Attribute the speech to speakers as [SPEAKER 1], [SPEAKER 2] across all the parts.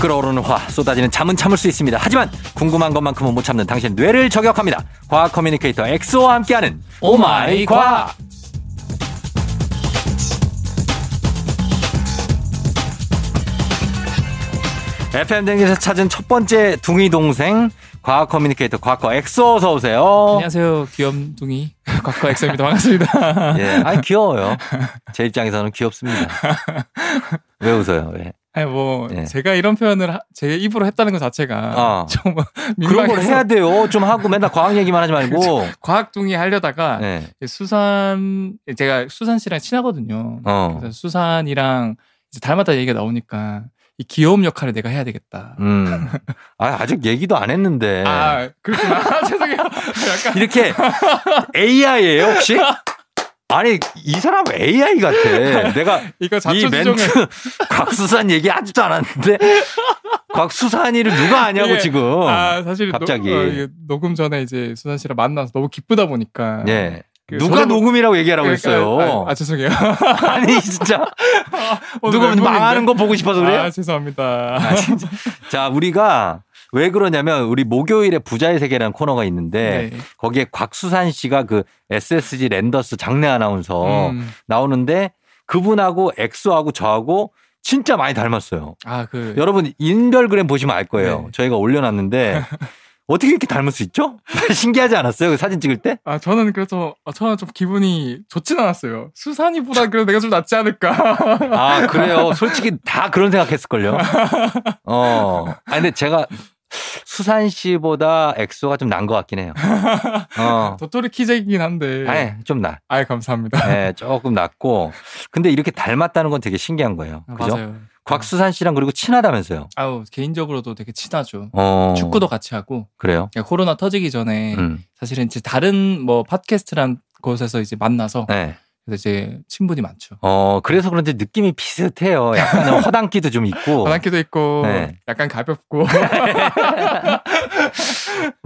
[SPEAKER 1] 끓어오르는 화 쏟아지는 잠은 참을 수 있습니다. 하지만 궁금한 것만큼은 못 참는 당신 뇌를 저격합니다. 과학 커뮤니케이터 엑소와 함께하는 오마이 과학. FM 댕에서 찾은 첫 번째 둥이 동생 과학 커뮤니케이터 과거 엑소 어서 오세요.
[SPEAKER 2] 안녕하세요. 귀염둥이 곽과 엑소입니다. 반갑습니다.
[SPEAKER 1] 예, 아니 귀여워요. 제 입장에서는 귀엽습니다. 왜 웃어요? 왜?
[SPEAKER 2] 아니 뭐
[SPEAKER 1] 예.
[SPEAKER 2] 제가 이런 표현을 하- 제 입으로 했다는 것 자체가
[SPEAKER 1] 어.
[SPEAKER 2] 좀
[SPEAKER 1] 그런 걸
[SPEAKER 2] 민망해서
[SPEAKER 1] 해야 돼요. 좀 하고 맨날 과학 얘기만 하지 말고.
[SPEAKER 2] 과학둥이 하려다가
[SPEAKER 1] 예.
[SPEAKER 2] 수산 제가 수산 씨랑 친하거든요.
[SPEAKER 1] 어.
[SPEAKER 2] 그래서 수산이랑 이제 닮았다 얘기가 나오니까 이 귀여움 역할을 내가 해야 되겠다.
[SPEAKER 1] 음. 아, 아직 얘기도 안 했는데.
[SPEAKER 2] 아 그렇구나. 죄송해요. 약간
[SPEAKER 1] 이렇게 AI예요, 혹시? 아니, 이 사람 AI 같아. 내가
[SPEAKER 2] 이거
[SPEAKER 1] 이
[SPEAKER 2] 자초지종을
[SPEAKER 1] 멘트 곽수산 얘기 아직도 안 하는데 곽수산이를 누가 아냐고
[SPEAKER 2] 이게-
[SPEAKER 1] 지금.
[SPEAKER 2] 아 사실
[SPEAKER 1] 갑자기.
[SPEAKER 2] 녹, 어, 이게 녹음 전에 이제 수산 씨랑 만나서 너무 기쁘다 보니까
[SPEAKER 1] 예.
[SPEAKER 2] 그
[SPEAKER 1] 누가
[SPEAKER 2] 저도-
[SPEAKER 1] 녹음이라고 얘기하라고
[SPEAKER 2] 그러니까-
[SPEAKER 1] 했어요.
[SPEAKER 2] 아, 어, 아 죄송해요.
[SPEAKER 1] 아니 진짜
[SPEAKER 2] 오늘
[SPEAKER 1] 누가
[SPEAKER 2] 멘붕인데?
[SPEAKER 1] 망하는 거 보고 싶어서 그래요?
[SPEAKER 2] 네, 아, 죄송합니다.
[SPEAKER 1] 자, 우리가 왜 그러냐면 우리 목요일에 부자의 세계라는 코너가 있는데
[SPEAKER 2] 네.
[SPEAKER 1] 거기에 곽수산 씨가 그 SSG 랜더스 장내 아나운서
[SPEAKER 2] 음.
[SPEAKER 1] 나오는데 그분하고 엑소하고 저하고 진짜 많이 닮았어요.
[SPEAKER 2] 아, 그
[SPEAKER 1] 여러분 인별그램 보시면 알 거예요.
[SPEAKER 2] 네.
[SPEAKER 1] 저희가 올려놨는데 어떻게 이렇게 닮을 수 있죠? 신기하지 않았어요? 그 사진 찍을 때?
[SPEAKER 2] 아, 저는 그래서 아, 저는 좀 기분이 좋진 않았어요. 수산이보다 그래도 내가 좀 낫지 않을까.
[SPEAKER 1] 아 그래요. 솔직히 다 그런 생각했을걸요. 어. 아 근데 제가 수산 씨보다 엑소가 좀 난 것 같긴 해요. 어.
[SPEAKER 2] 도토리 키재이긴 한데.
[SPEAKER 1] 아니 예. 좀 나.
[SPEAKER 2] 아이, 감사합니다.
[SPEAKER 1] 예, 조금 낫고. 근데 이렇게 닮았다는 건 되게 신기한 거예요.
[SPEAKER 2] 아,
[SPEAKER 1] 그죠?
[SPEAKER 2] 맞아요.
[SPEAKER 1] 곽수산 씨랑 그리고 친하다면서요.
[SPEAKER 2] 아우, 개인적으로도 되게 친하죠.
[SPEAKER 1] 어.
[SPEAKER 2] 축구도 같이 하고
[SPEAKER 1] 그래요.
[SPEAKER 2] 그러니까 코로나 터지기 전에
[SPEAKER 1] 음.
[SPEAKER 2] 사실은 이제 다른 뭐 팟캐스트란 곳에서 이제 만나서
[SPEAKER 1] 네.
[SPEAKER 2] 그래서 이제 친분이 많죠.
[SPEAKER 1] 어, 그래서 그런지 느낌이 비슷해요. 약간은 허당기도 좀 있고.
[SPEAKER 2] 바람기도 있고
[SPEAKER 1] 어. 네. 어.
[SPEAKER 2] 약간 가볍고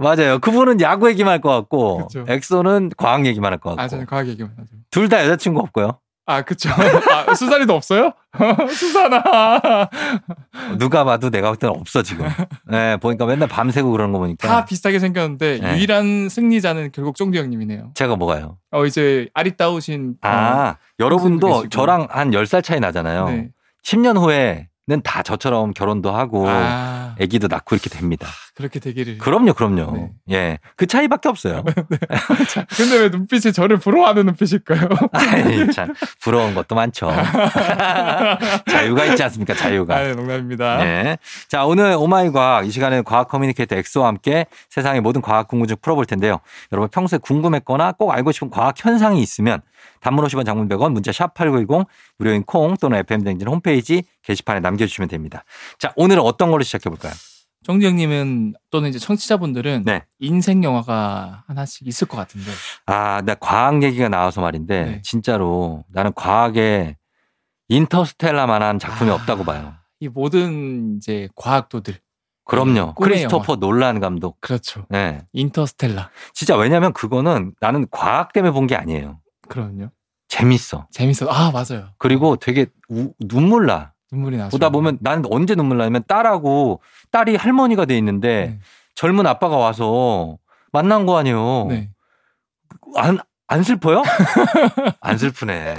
[SPEAKER 1] 맞아요. 그분은 야구 얘기만 할 것 같고,
[SPEAKER 2] 그쵸.
[SPEAKER 1] 엑소는 과학 얘기만 할 것
[SPEAKER 2] 아 저는
[SPEAKER 1] 같고.
[SPEAKER 2] 과학 얘기만 하죠.
[SPEAKER 1] 둘 다 여자친구 없고요.
[SPEAKER 2] 아, 그쵸. 아, 수산이도 없어요? 수산아.
[SPEAKER 1] 누가 봐도 내가 볼 때는 없어, 지금. 네, 보니까 맨날 밤새고 그런 거
[SPEAKER 2] 다
[SPEAKER 1] 보니까.
[SPEAKER 2] 비슷하게 생겼는데,
[SPEAKER 1] 네.
[SPEAKER 2] 유일한 승리자는 결국 쫑디 형님이네요.
[SPEAKER 1] 제가 뭐가요?
[SPEAKER 2] 어, 이제 아리따우신. 어,
[SPEAKER 1] 아, 어.
[SPEAKER 2] 선생님이시고.
[SPEAKER 1] 여러분도 저랑 한 10살 차이 나잖아요.
[SPEAKER 2] 네.
[SPEAKER 1] 10년 후에는 다 저처럼 결혼도 하고
[SPEAKER 2] 아,
[SPEAKER 1] 아기도 낳고 이렇게 됩니다.
[SPEAKER 2] 그렇게 되기를.
[SPEAKER 1] 그럼요, 그럼요.
[SPEAKER 2] 네.
[SPEAKER 1] 예. 그 차이밖에 없어요.
[SPEAKER 2] 근데 왜 눈빛이 저를 부러워하는 눈빛일까요?
[SPEAKER 1] 아이, 참, 부러운 것도 많죠. 자유가 있지 않습니까?
[SPEAKER 2] 아,
[SPEAKER 1] 자유가.
[SPEAKER 2] 네, 농담입니다.
[SPEAKER 1] 예. 자, 오늘 오마이 과학 이 시간에 과학 커뮤니케이터 엑소와 함께 세상의 모든 과학 궁금증 풀어볼 텐데요. 여러분 평소에 궁금했거나 꼭 알고 싶은 과학 현상이 있으면 단문 50원 장문 100원 문자 샵8910 무료인 콩 또는 FM댕진 홈페이지 게시판에 남겨주시면 됩니다. 자, 오늘은 어떤 걸로 시작해볼까요?
[SPEAKER 2] 쫑디 형님은 또는 이제 청취자분들은
[SPEAKER 1] 네.
[SPEAKER 2] 인생 영화가 하나씩 있을 것 같은데.
[SPEAKER 1] 아, 나 과학 얘기가 나와서 말인데
[SPEAKER 2] 네.
[SPEAKER 1] 진짜로 나는 과학에 인터스텔라만한 작품이
[SPEAKER 2] 아.
[SPEAKER 1] 없다고 봐요.
[SPEAKER 2] 이 모든 이제 과학도들.
[SPEAKER 1] 그럼요.
[SPEAKER 2] 꿈의
[SPEAKER 1] 크리스토퍼 놀란 감독.
[SPEAKER 2] 그렇죠.
[SPEAKER 1] 예.
[SPEAKER 2] 인터스텔라.
[SPEAKER 1] 진짜 왜냐면 그거는 나는 과학 때문에 본 게 아니에요.
[SPEAKER 2] 그럼요.
[SPEAKER 1] 재밌어.
[SPEAKER 2] 재밌어. 아, 맞아요.
[SPEAKER 1] 그리고 되게 우- 눈물 나.
[SPEAKER 2] 눈물이 나서.
[SPEAKER 1] 보다 보면 난 언제 눈물 나냐면 딸하고 딸이 할머니가 돼 있는데
[SPEAKER 2] 네.
[SPEAKER 1] 젊은 아빠가 와서 만난 거 아니에요.
[SPEAKER 2] 네.
[SPEAKER 1] 안, 안 슬퍼요? 안 슬프네.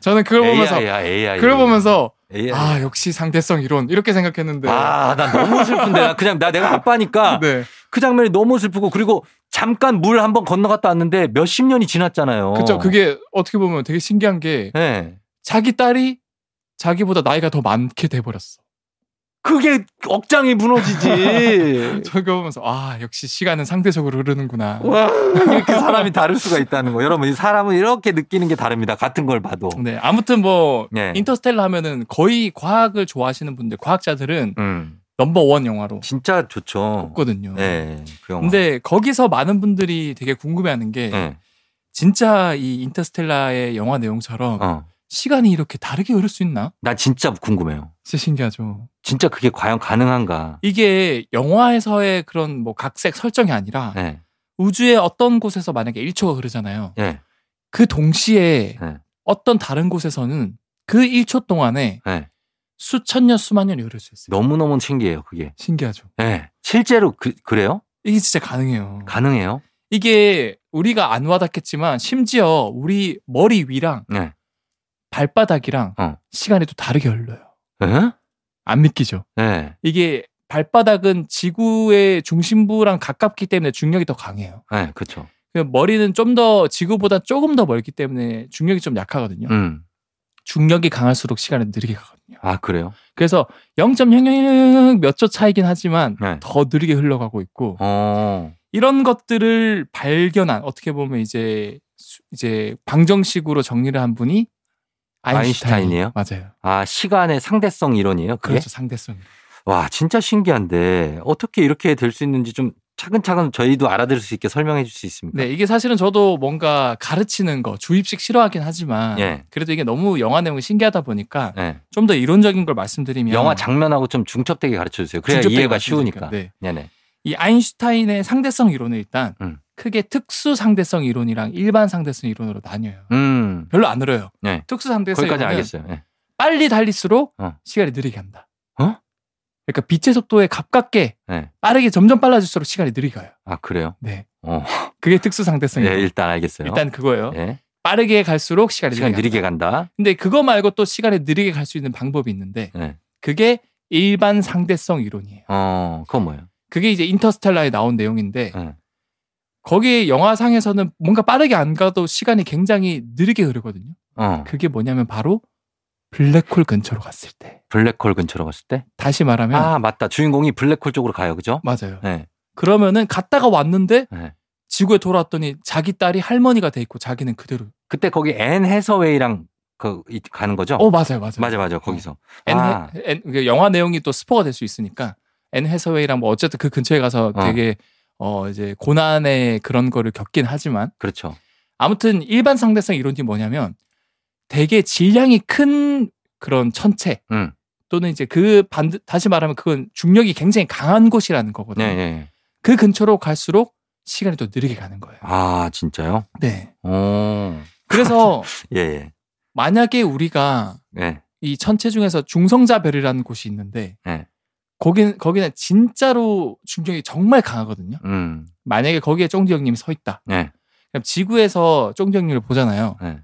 [SPEAKER 2] 저는 그걸 보면서
[SPEAKER 1] AI야, AI.
[SPEAKER 2] 그걸 보면서
[SPEAKER 1] AI. 아,
[SPEAKER 2] 아 역시 상대성 이론 이렇게 생각했는데
[SPEAKER 1] 난 너무 슬픈데. 아, 나 그냥, 나 내가 아빠니까
[SPEAKER 2] 네
[SPEAKER 1] 그 장면이 너무 슬프고 그리고 잠깐 물 한번 건너갔다 왔는데 몇십 년이 지났잖아요.
[SPEAKER 2] 그쵸 그게 어떻게 보면 되게 신기한 게
[SPEAKER 1] 네.
[SPEAKER 2] 자기 딸이 자기보다 나이가 더 많게 돼 버렸어
[SPEAKER 1] 그게 억장이 무너지지.
[SPEAKER 2] 저거 보면서 아 역시 시간은 상대적으로 흐르는구나
[SPEAKER 1] 와, 이렇게 사람이 다를 수가 있다는 거. 여러분, 이 사람은 이렇게 느끼는 게 다릅니다. 같은 걸 봐도.
[SPEAKER 2] 네 아무튼 뭐
[SPEAKER 1] 네.
[SPEAKER 2] 인터스텔라 하면은 거의 과학을 좋아하시는 분들 과학자들은
[SPEAKER 1] 음,
[SPEAKER 2] 넘버 원 영화로
[SPEAKER 1] 진짜 좋죠.
[SPEAKER 2] 꼽거든요
[SPEAKER 1] 어. 네, 그 영화.
[SPEAKER 2] 근데 거기서 많은 분들이 되게 궁금해하는 게
[SPEAKER 1] 네,
[SPEAKER 2] 진짜 이 인터스텔라의 영화 내용처럼
[SPEAKER 1] 어.
[SPEAKER 2] 시간이 이렇게 다르게 흐를 수 있나
[SPEAKER 1] 나 진짜 궁금해요.
[SPEAKER 2] 진짜 신기하죠
[SPEAKER 1] 진짜 그게 과연 가능한가.
[SPEAKER 2] 이게 영화에서의 그런 뭐 각색 설정이 아니라
[SPEAKER 1] 네,
[SPEAKER 2] 우주의 어떤 곳에서 만약에 1초가 흐르잖아요.
[SPEAKER 1] 네,
[SPEAKER 2] 그 동시에
[SPEAKER 1] 네.
[SPEAKER 2] 어떤 다른 곳에서는 그 1초 동안에
[SPEAKER 1] 네.
[SPEAKER 2] 수천 년 수만 년 요리할 수 있어요.
[SPEAKER 1] 너무너무 신기해요, 그게.
[SPEAKER 3] 신기하죠.
[SPEAKER 1] 네. 실제로 그, 그래요?
[SPEAKER 2] 이게 진짜 가능해요.
[SPEAKER 1] 가능해요?
[SPEAKER 2] 이게 우리가 안 와닿겠지만 심지어 우리 머리 위랑
[SPEAKER 1] 네.
[SPEAKER 2] 발바닥이랑
[SPEAKER 1] 어.
[SPEAKER 2] 시간이 또 다르게 흘러요.
[SPEAKER 1] 에?
[SPEAKER 2] 안 믿기죠.
[SPEAKER 1] 네.
[SPEAKER 2] 이게 발바닥은 지구의 중심부랑 가깝기 때문에 중력이 더 강해요.
[SPEAKER 1] 네, 그렇죠.
[SPEAKER 2] 그냥 머리는 좀 더 지구보다 조금 더 멀기 때문에 중력이 좀 약하거든요.
[SPEAKER 1] 음.
[SPEAKER 2] 중력이 강할수록 시간은 느리게 가거든요.
[SPEAKER 1] 아, 그래요? 그래서
[SPEAKER 2] 그래서 0.00몇 초 차이긴 하지만
[SPEAKER 1] 네.
[SPEAKER 2] 더 느리게 흘러가고 있고
[SPEAKER 1] 어.
[SPEAKER 2] 이런 것들을 발견한 어떻게 보면 이제 수- 이제 방정식으로 정리를 한 분이 아인슈타인.
[SPEAKER 1] 아인슈타인이에요? 예?
[SPEAKER 2] 맞아요.
[SPEAKER 1] 아, 시간의 상대성 이론이에요, 그게?
[SPEAKER 2] 그렇죠 상대성.
[SPEAKER 1] 와, 진짜 신기한데 어떻게 이렇게 될 수 있는지 좀 차근차근 저희도 알아들을 수 있게 설명해 줄 수 있습니까?
[SPEAKER 2] 네 이게 사실은 저도 뭔가 가르치는 거 주입식 싫어하긴 하지만
[SPEAKER 1] 예.
[SPEAKER 2] 그래도 이게 너무 영화 내용이 신기하다 보니까
[SPEAKER 1] 네.
[SPEAKER 2] 좀 더 이론적인 걸 말씀드리면
[SPEAKER 1] 영화 장면하고 좀 중첩되게 가르쳐 주세요. 그래야
[SPEAKER 2] 직접적인
[SPEAKER 1] 이해가
[SPEAKER 2] 말씀드리니까.
[SPEAKER 1] 쉬우니까.
[SPEAKER 2] 네.
[SPEAKER 1] 네, 네.
[SPEAKER 2] 이 아인슈타인의 상대성 이론은 일단
[SPEAKER 1] 음.
[SPEAKER 2] 크게 특수 상대성 이론이랑 일반 상대성 이론으로 나뉘어요.
[SPEAKER 1] 음.
[SPEAKER 2] 별로 안 어려요.
[SPEAKER 1] 네.
[SPEAKER 2] 특수 상대성
[SPEAKER 1] 거기까지
[SPEAKER 2] 이론은
[SPEAKER 1] 알겠어요. 네.
[SPEAKER 2] 빨리 달릴수록
[SPEAKER 1] 어.
[SPEAKER 2] 시간이 느리게 한다.
[SPEAKER 1] 어?
[SPEAKER 2] 그러니까 빛의 속도에 가깝게
[SPEAKER 1] 네.
[SPEAKER 2] 빠르게 점점 빨라질수록 시간이 느리게 가요.
[SPEAKER 1] 아, 그래요?
[SPEAKER 2] 네.
[SPEAKER 1] 어.
[SPEAKER 2] 그게 특수 상대성
[SPEAKER 1] 네,
[SPEAKER 2] 이론.
[SPEAKER 1] 일단 알겠어요.
[SPEAKER 2] 일단 그거예요.
[SPEAKER 1] 예.
[SPEAKER 2] 빠르게 갈수록 시간이
[SPEAKER 1] 시간
[SPEAKER 2] 느리게,
[SPEAKER 1] 느리게
[SPEAKER 2] 간다.
[SPEAKER 1] 간다.
[SPEAKER 2] 근데 그거 말고 또 시간이 느리게 갈 수 있는 방법이 있는데
[SPEAKER 1] 네.
[SPEAKER 2] 그게 일반 상대성 이론이에요.
[SPEAKER 1] 어, 그건 뭐예요?
[SPEAKER 2] 그게 이제 인터스텔라에 나온 내용인데
[SPEAKER 1] 네.
[SPEAKER 2] 거기 영화상에서는 뭔가 빠르게 안 가도 시간이 굉장히 느리게 흐르거든요.
[SPEAKER 1] 어.
[SPEAKER 2] 그게 뭐냐면 바로 블랙홀 근처로 갔을 때.
[SPEAKER 1] 블랙홀 근처로 갔을 때?
[SPEAKER 2] 다시 말하면
[SPEAKER 1] 아, 맞다. 주인공이 블랙홀 쪽으로 가요. 그죠?
[SPEAKER 2] 맞아요.
[SPEAKER 1] 네.
[SPEAKER 2] 그러면은 갔다가 왔는데
[SPEAKER 1] 네.
[SPEAKER 2] 지구에 돌아왔더니 자기 딸이 할머니가 돼 있고 자기는 그대로.
[SPEAKER 1] 그때 거기 앤 해서웨이랑 그 이- 가는 거죠?
[SPEAKER 2] 어 맞아요, 맞아요. 어.
[SPEAKER 1] 맞아 맞아. 거기서.
[SPEAKER 2] 앤 해-
[SPEAKER 1] 아.
[SPEAKER 2] 앤- 그 영화 내용이 또 스포가 될 수 있으니까 앤 해서웨이랑 뭐 어쨌든 그 근처에 가서
[SPEAKER 1] 어.
[SPEAKER 2] 되게 어 이제 고난의 그런 거를 겪긴 하지만
[SPEAKER 1] 그렇죠.
[SPEAKER 2] 아무튼 일반 상대성 이론이 뭐냐면 되게 질량이 큰 그런 천체
[SPEAKER 1] 음.
[SPEAKER 2] 또는 이제 그 반 다시 말하면 그건 중력이 굉장히 강한 곳이라는 거거든요.
[SPEAKER 1] 네, 네.
[SPEAKER 2] 그 근처로 갈수록 시간이 더 느리게 가는 거예요.
[SPEAKER 1] 아, 진짜요?
[SPEAKER 2] 네.
[SPEAKER 1] 어.
[SPEAKER 2] 그래서
[SPEAKER 1] 예, 예.
[SPEAKER 2] 만약에 우리가
[SPEAKER 1] 네.
[SPEAKER 2] 이 천체 중에서 중성자별이라는 곳이 있는데
[SPEAKER 1] 네.
[SPEAKER 2] 거긴 거기는 진짜로 중력이 정말 강하거든요.
[SPEAKER 1] 음.
[SPEAKER 2] 만약에 거기에 쫑디 형님이 서 있다.
[SPEAKER 1] 네.
[SPEAKER 2] 그럼 지구에서 쫑디 형님을 보잖아요.
[SPEAKER 1] 네.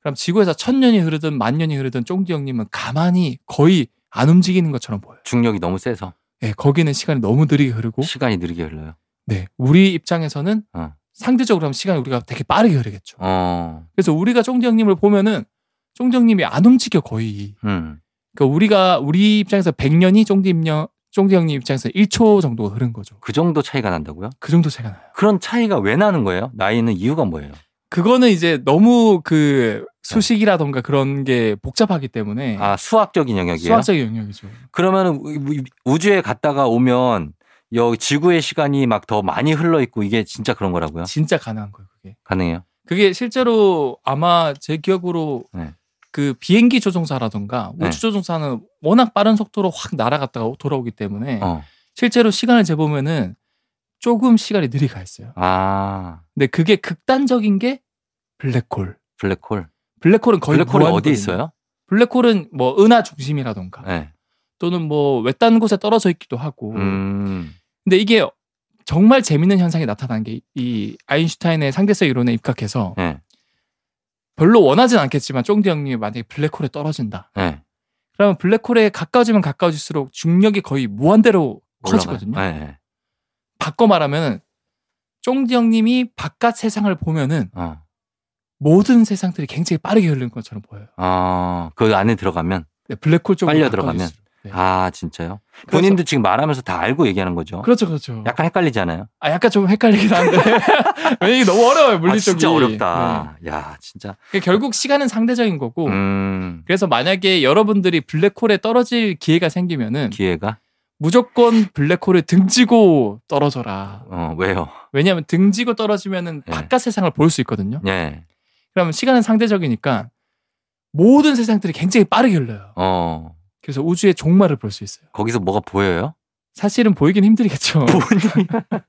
[SPEAKER 2] 그럼 지구에서 천 년이 흐르든 만 년이 흐르든 쫑디 형님은 가만히 거의 안 움직이는 것처럼 보여요.
[SPEAKER 1] 중력이 너무 세서
[SPEAKER 2] 예, 거기는 시간이 너무 느리게 흐르고
[SPEAKER 1] 시간이 느리게 흘러요.
[SPEAKER 2] 네, 우리 입장에서는
[SPEAKER 1] 어.
[SPEAKER 2] 상대적으로 하면 시간이 우리가 되게 빠르게 흐르겠죠.
[SPEAKER 1] 어.
[SPEAKER 2] 그래서 우리가 쫑디 형님을 보면은 쫑디 형님이 안 움직여 거의.
[SPEAKER 1] 음.
[SPEAKER 2] 그러니까 우리가 우리 입장에서 100년이 쫑디 입력 쫑디 형님 입장에서 1초 정도가 흐른 거죠.
[SPEAKER 1] 그 정도 차이가 난다고요?
[SPEAKER 2] 그 정도 차이가 나요.
[SPEAKER 1] 그런 차이가 왜 나는 거예요? 나이는 이유가 뭐예요?
[SPEAKER 2] 그거는 이제 너무 그 수식이라던가 그런 게 복잡하기 때문에
[SPEAKER 1] 네. 아, 수학적인 영역이에요.
[SPEAKER 2] 네. 수학적인 영역이죠.
[SPEAKER 1] 그러면 우- 우- 우주에 갔다가 오면 여 지구의 시간이 막 더 많이 흘러 있고 이게 진짜 그런 거라고요?
[SPEAKER 2] 진짜 가능한 거예요, 그게.
[SPEAKER 1] 가능해요?
[SPEAKER 2] 그게 실제로 아마 제 기억으로
[SPEAKER 1] 네.
[SPEAKER 2] 그 비행기 조종사라던가
[SPEAKER 1] 네.
[SPEAKER 2] 우주 조종사는 워낙 빠른 속도로 확 날아갔다가 돌아오기 때문에
[SPEAKER 1] 어.
[SPEAKER 2] 실제로 시간을 재보면은 조금 시간이 느리게 가 있어요.
[SPEAKER 1] 아,
[SPEAKER 2] 근데 그게 극단적인 게 블랙홀.
[SPEAKER 1] 블랙홀.
[SPEAKER 2] 블랙홀은 거의
[SPEAKER 1] 블랙홀은 어디
[SPEAKER 2] 무한이거든요.
[SPEAKER 1] 있어요?
[SPEAKER 2] 블랙홀은 뭐 은하 중심이라던가
[SPEAKER 1] 네.
[SPEAKER 2] 또는 뭐 외딴 곳에 떨어져 있기도 하고.
[SPEAKER 1] 음.
[SPEAKER 2] 근데 이게 정말 재밌는 현상이 나타난 게 이 아인슈타인의 상대성 이론에 입각해서
[SPEAKER 1] 네.
[SPEAKER 2] 별로 원하진 않겠지만 쫑디 형님이 만약에 블랙홀에 떨어진다.
[SPEAKER 1] 네.
[SPEAKER 2] 그러면 블랙홀에 가까워지면 가까워질수록 중력이 거의 무한대로 커지거든요.
[SPEAKER 1] 올라가요. 네. 네.
[SPEAKER 2] 바꿔 말하면 쫑디 형님이 바깥 세상을 보면은
[SPEAKER 1] 어.
[SPEAKER 2] 모든 세상들이 굉장히 빠르게 흐르는 것처럼 보여요.
[SPEAKER 1] 어, 그 안에 들어가면
[SPEAKER 2] 네, 블랙홀 쪽으로
[SPEAKER 1] 빨려
[SPEAKER 2] 가까워질수록. 네.
[SPEAKER 1] 아, 진짜요?
[SPEAKER 2] 그래서-
[SPEAKER 1] 본인도 지금 말하면서 다 알고 얘기하는 거죠?
[SPEAKER 2] 그렇죠, 그렇죠.
[SPEAKER 1] 약간 헷갈리잖아요.
[SPEAKER 2] 아, 약간 좀 헷갈리긴 한데. 왜냐 이게 너무 어려워요,
[SPEAKER 1] 아,
[SPEAKER 2] 물리적이.
[SPEAKER 1] 진짜
[SPEAKER 2] 네.
[SPEAKER 1] 어렵다. 야, 진짜.
[SPEAKER 2] 그러니까 결국 시간은 상대적인 거고.
[SPEAKER 1] 음,
[SPEAKER 2] 그래서 만약에 여러분들이 블랙홀에 떨어질 기회가 생기면은
[SPEAKER 1] 기회가
[SPEAKER 2] 무조건 블랙홀을 등지고 떨어져라.
[SPEAKER 1] 어, 왜요?
[SPEAKER 2] 왜냐하면 등지고 떨어지면은
[SPEAKER 1] 네.
[SPEAKER 2] 바깥 세상을 볼 수 있거든요.
[SPEAKER 1] 예.
[SPEAKER 2] 그러면 시간은 상대적이니까 모든 세상들이 굉장히 빠르게 흘러요.
[SPEAKER 1] 어.
[SPEAKER 2] 그래서 우주의 종말을 볼 수 있어요.
[SPEAKER 1] 거기서 뭐가 보여요?
[SPEAKER 2] 사실은 보이긴 힘들겠죠.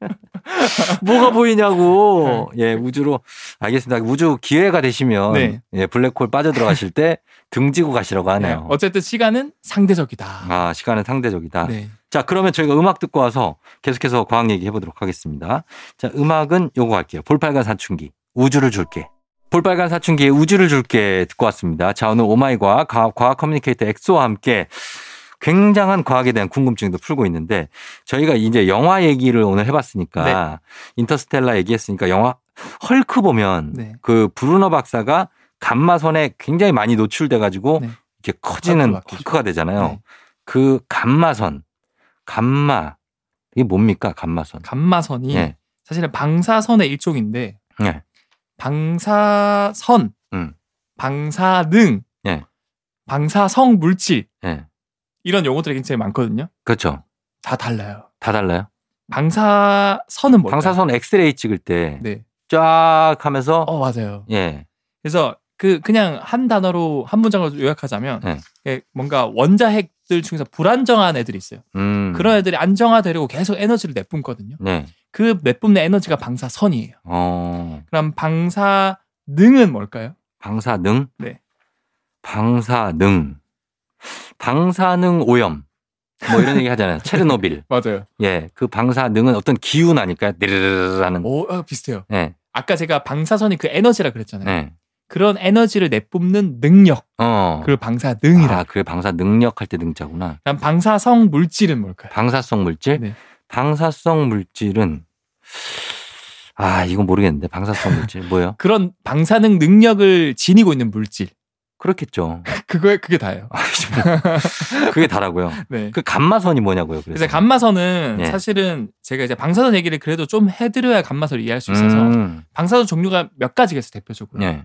[SPEAKER 1] 뭐가 보이냐고. 예, 우주로. 알겠습니다. 우주 기회가 되시면
[SPEAKER 2] 네.
[SPEAKER 1] 예, 블랙홀 빠져들어가실 때 등지고 가시라고 하네요.
[SPEAKER 2] 어쨌든 시간은 상대적이다.
[SPEAKER 1] 아, 시간은 상대적이다.
[SPEAKER 2] 네.
[SPEAKER 1] 자, 그러면 저희가 음악 듣고 와서 계속해서 과학 얘기 해보도록 하겠습니다. 자, 음악은 요거 할게요. 볼빨간 사춘기. 우주를 줄게. 볼빨간 사춘기의 우주를 줄게 듣고 왔습니다. 자, 오늘 오마이과 과학, 과학 커뮤니케이터 엑소와 함께 굉장한 과학에 대한 궁금증도 풀고 있는데 저희가 이제 영화 얘기를 오늘
[SPEAKER 2] 네.
[SPEAKER 1] 해봤으니까 인터스텔라 얘기했으니까 영화 헐크 보면
[SPEAKER 2] 네.
[SPEAKER 1] 그 브루너 박사가 감마선에 굉장히 많이 노출돼가지고
[SPEAKER 2] 네.
[SPEAKER 1] 이렇게 커지는
[SPEAKER 2] 헐크가 되죠.
[SPEAKER 1] 헐크가 되잖아요.
[SPEAKER 2] 네.
[SPEAKER 1] 그 감마선, 감마 이게 뭡니까 감마선?
[SPEAKER 2] 감마선이
[SPEAKER 1] 예,
[SPEAKER 2] 사실은 방사선의 일종인데
[SPEAKER 1] 예,
[SPEAKER 2] 방사선,
[SPEAKER 1] 음.
[SPEAKER 2] 방사능,
[SPEAKER 1] 예.
[SPEAKER 2] 방사성 물질
[SPEAKER 1] 예.
[SPEAKER 2] 이런 용어들이 굉장히 많거든요.
[SPEAKER 1] 그렇죠.
[SPEAKER 2] 다 달라요.
[SPEAKER 1] 다 달라요.
[SPEAKER 2] 방사선은 뭘까요?
[SPEAKER 1] 방사선 엑스레이 찍을 때 쫙
[SPEAKER 2] 네.
[SPEAKER 1] 하면서
[SPEAKER 2] 어 맞아요.
[SPEAKER 1] 예,
[SPEAKER 2] 그래서 그 그냥 한 단어로 한 문장으로 요약하자면
[SPEAKER 1] 네.
[SPEAKER 2] 예, 뭔가 원자핵들 중에서 불안정한 애들이 있어요.
[SPEAKER 1] 음,
[SPEAKER 2] 그런 애들이 안정화되려고 계속 에너지를 내뿜거든요.
[SPEAKER 1] 네,
[SPEAKER 2] 그 내뿜는 에너지가 방사선이에요.
[SPEAKER 1] 어,
[SPEAKER 2] 그럼 방사능은 뭘까요?
[SPEAKER 1] 방사능,
[SPEAKER 2] 네.
[SPEAKER 1] 방사능, 방사능 오염 뭐 이런 얘기 하잖아요. 체르노빌,
[SPEAKER 2] 맞아요.
[SPEAKER 1] 예, 그 방사능은 어떤 기운 아닐까요? 느르르르하는,
[SPEAKER 2] 오 어, 비슷해요.
[SPEAKER 1] 예,
[SPEAKER 2] 아까 제가 방사선이 그 에너지라 그랬잖아요.
[SPEAKER 1] 예,
[SPEAKER 2] 그런 에너지를 내뿜는 능력,
[SPEAKER 1] 어,
[SPEAKER 2] 그걸 방사능이라.
[SPEAKER 1] 아, 그게 방사 능력할 때 능자구나.
[SPEAKER 2] 그럼 방사성 물질은 뭘까요?
[SPEAKER 1] 방사성 물질?
[SPEAKER 2] 네.
[SPEAKER 1] 방사성 물질은 아 이건 모르겠는데 방사성 물질 뭐예요?
[SPEAKER 2] 그런 방사능 능력을 지니고 있는 물질.
[SPEAKER 1] 그렇겠죠.
[SPEAKER 2] 그거에 그게 다예요.
[SPEAKER 1] 아, 씨, 뭐. 그게 다라고요.
[SPEAKER 2] 네.
[SPEAKER 1] 그 감마선이 뭐냐고요? 그래서
[SPEAKER 2] 그래서 네. 감마선은
[SPEAKER 1] 예.
[SPEAKER 2] 사실은 제가 이제 방사선 얘기를 그래도 좀 해드려야 감마선을 이해할 수 있어서
[SPEAKER 1] 음,
[SPEAKER 2] 방사선 종류가 몇 가지가 있어요 대표적으로
[SPEAKER 1] 예,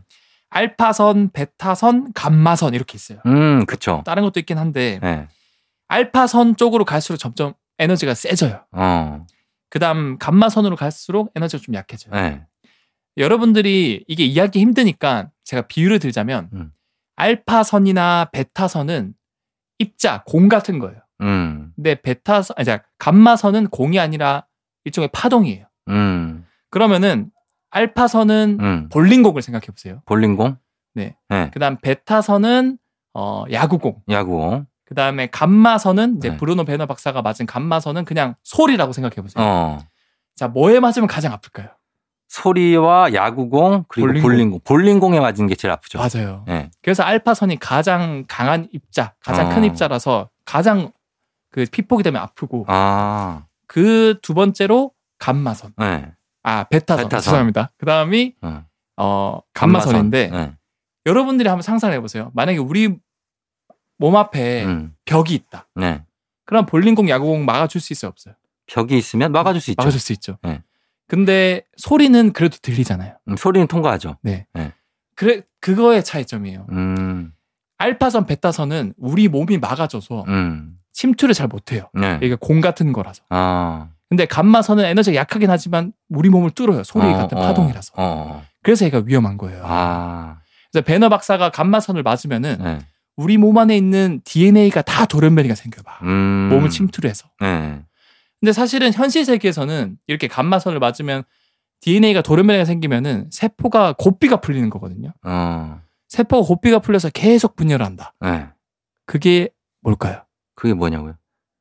[SPEAKER 2] 알파선, 베타선, 감마선 이렇게 있어요.
[SPEAKER 1] 음, 그쵸.
[SPEAKER 2] 다른 것도 있긴 한데
[SPEAKER 1] 예,
[SPEAKER 2] 알파선 쪽으로 갈수록 점점 에너지가 세져요.
[SPEAKER 1] 어,
[SPEAKER 2] 그다음 감마선으로 갈수록 에너지가 좀 약해져요.
[SPEAKER 1] 예,
[SPEAKER 2] 여러분들이 이게 이해하기 힘드니까 제가 비유를 들자면
[SPEAKER 1] 음.
[SPEAKER 2] 알파선이나 베타선은 입자 공 같은 거예요.
[SPEAKER 1] 음,
[SPEAKER 2] 근데 베타선 아니 자, 감마선은 공이 아니라 일종의 파동이에요.
[SPEAKER 1] 음,
[SPEAKER 2] 그러면은 알파선은
[SPEAKER 1] 음,
[SPEAKER 2] 볼링공을 생각해 보세요.
[SPEAKER 1] 볼링공?
[SPEAKER 2] 네.
[SPEAKER 1] 예,
[SPEAKER 2] 그다음 베타선은 어, 야구공.
[SPEAKER 1] 야구공.
[SPEAKER 2] 그다음에 감마선은 이제
[SPEAKER 1] 네.
[SPEAKER 2] 브루노 베너 박사가 맞은 감마선은 그냥 소리라고 생각해 보세요.
[SPEAKER 1] 어,
[SPEAKER 2] 자, 뭐에 맞으면 가장 아플까요?
[SPEAKER 1] 소리와 야구공 그리고
[SPEAKER 2] 볼링공.
[SPEAKER 1] 볼링공. 볼링공에 맞은 게 제일 아프죠.
[SPEAKER 2] 맞아요.
[SPEAKER 1] 예,
[SPEAKER 2] 그래서 알파선이 가장 강한 입자, 가장
[SPEAKER 1] 어.
[SPEAKER 2] 큰 입자라서 가장 그 피폭이 되면 아프고
[SPEAKER 1] 아,
[SPEAKER 2] 그 두 번째로 감마선,
[SPEAKER 1] 예,
[SPEAKER 2] 아 베타선,
[SPEAKER 1] 베타선.
[SPEAKER 2] 죄송합니다. 그 다음이
[SPEAKER 1] 어,
[SPEAKER 2] 어 감마선인데
[SPEAKER 1] 감마선. 네.
[SPEAKER 2] 여러분들이 한번 상상해 보세요. 만약에 우리 몸
[SPEAKER 1] 예,
[SPEAKER 2] 앞에
[SPEAKER 1] 음,
[SPEAKER 2] 벽이 있다.
[SPEAKER 1] 네.
[SPEAKER 2] 그럼 볼링공, 야구공 막아줄 수 있어요, 없어요?
[SPEAKER 1] 벽이 있으면 막아줄 수 있죠.
[SPEAKER 2] 막아줄 수 있죠.
[SPEAKER 1] 네.
[SPEAKER 2] 근데 소리는 그래도 들리잖아요.
[SPEAKER 1] 음, 소리는 통과하죠.
[SPEAKER 2] 그래 그거의 차이점이에요.
[SPEAKER 1] 음,
[SPEAKER 2] 알파선, 베타선은 우리 몸이 막아줘서
[SPEAKER 1] 음,
[SPEAKER 2] 침투를 잘 못해요.
[SPEAKER 1] 네.
[SPEAKER 2] 이게 공 같은 거라서.
[SPEAKER 1] 아,
[SPEAKER 2] 근데 감마선은 에너지가 약하긴 하지만 우리 몸을 뚫어요. 소리
[SPEAKER 1] 어,
[SPEAKER 2] 같은
[SPEAKER 1] 어,
[SPEAKER 2] 파동이라서.
[SPEAKER 1] 어, 어.
[SPEAKER 2] 그래서 얘가 위험한 거예요.
[SPEAKER 1] 아,
[SPEAKER 2] 그래서 베너 박사가 감마선을 맞으면은
[SPEAKER 1] 네.
[SPEAKER 2] 우리 몸 안에 있는 DNA가 다 돌연변이가 생겨요. 막.
[SPEAKER 1] 음,
[SPEAKER 2] 몸을 침투를 해서.
[SPEAKER 1] 네.
[SPEAKER 2] 근데 사실은 현실 세계에서는 이렇게 감마선을 맞으면 DNA가 돌연변이가 생기면은 세포가 고삐가 풀리는 거거든요.
[SPEAKER 1] 어,
[SPEAKER 2] 세포가 고삐가 풀려서 계속 분열한다.
[SPEAKER 1] 네.
[SPEAKER 2] 그게 뭘까요?
[SPEAKER 1] 그게 뭐냐고요?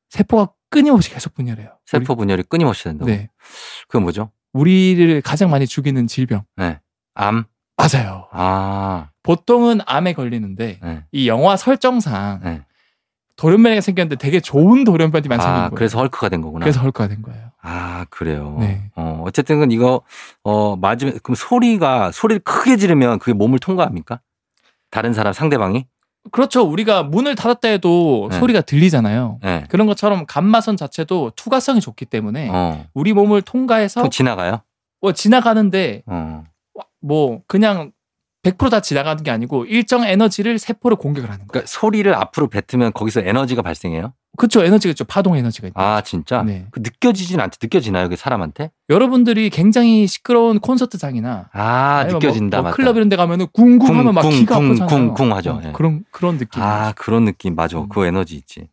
[SPEAKER 2] 세포가 끊임없이 계속 분열해요.
[SPEAKER 1] 세포 분열이 끊임없이
[SPEAKER 2] 우리,
[SPEAKER 1] 된다고.
[SPEAKER 2] 네.
[SPEAKER 1] 그게 뭐죠?
[SPEAKER 2] 우리를 가장 많이 죽이는 질병.
[SPEAKER 1] 암.
[SPEAKER 2] 맞아요.
[SPEAKER 1] 아,
[SPEAKER 2] 보통은 암에 걸리는데
[SPEAKER 1] 네.
[SPEAKER 2] 이 영화 설정상
[SPEAKER 1] 네.
[SPEAKER 2] 돌연변이가 생겼는데 되게 좋은 돌연변이만
[SPEAKER 1] 아,
[SPEAKER 2] 생긴 거예요.
[SPEAKER 1] 그래서 헐크가 된 거구나.
[SPEAKER 2] 그래서 헐크가 된 거예요.
[SPEAKER 1] 아, 그래요.
[SPEAKER 2] 네.
[SPEAKER 1] 어, 어쨌든 그 이거 어, 맞으면 그럼 소리가 소리를 크게 지르면 그게 몸을 통과합니까? 다른 사람 상대방이?
[SPEAKER 2] 그렇죠. 우리가 문을 닫았다 해도
[SPEAKER 1] 네.
[SPEAKER 2] 소리가 들리잖아요.
[SPEAKER 1] 네.
[SPEAKER 2] 그런 것처럼 감마선 자체도 투과성이 좋기 때문에
[SPEAKER 1] 어.
[SPEAKER 2] 우리 몸을 네. 통과해서 어,
[SPEAKER 1] 통 지나가요?
[SPEAKER 2] 뭐 지나가는데
[SPEAKER 1] 어.
[SPEAKER 2] 뭐 그냥 100%다 지나가는 게 아니고 일정 에너지를 세포로 공격을 하는 거예요.
[SPEAKER 1] 그러니까 소리를 앞으로 뱉으면 거기서 에너지가 발생해요?
[SPEAKER 2] 그쵸 에너지가 있죠. 파동 에너지가 있죠.
[SPEAKER 1] 아 진짜?
[SPEAKER 2] 네.
[SPEAKER 1] 그 느껴지진 않대. 느껴지나요? 그 사람한테?
[SPEAKER 2] 여러분들이 굉장히 시끄러운 콘서트장이나
[SPEAKER 1] 아
[SPEAKER 2] 아니면
[SPEAKER 1] 느껴진다.
[SPEAKER 2] 뭐, 뭐
[SPEAKER 1] 맞다.
[SPEAKER 2] 클럽 이런 데 가면은 궁궁하면 막
[SPEAKER 1] 쿵,
[SPEAKER 2] 기가
[SPEAKER 1] 쿵,
[SPEAKER 2] 아프잖아요. 어,
[SPEAKER 1] 쿵, 쿵 하죠. 예.
[SPEAKER 2] 그런 그런 느낌.
[SPEAKER 1] 아 그런 느낌 맞아.
[SPEAKER 2] 음.
[SPEAKER 1] 그 에너지 있지.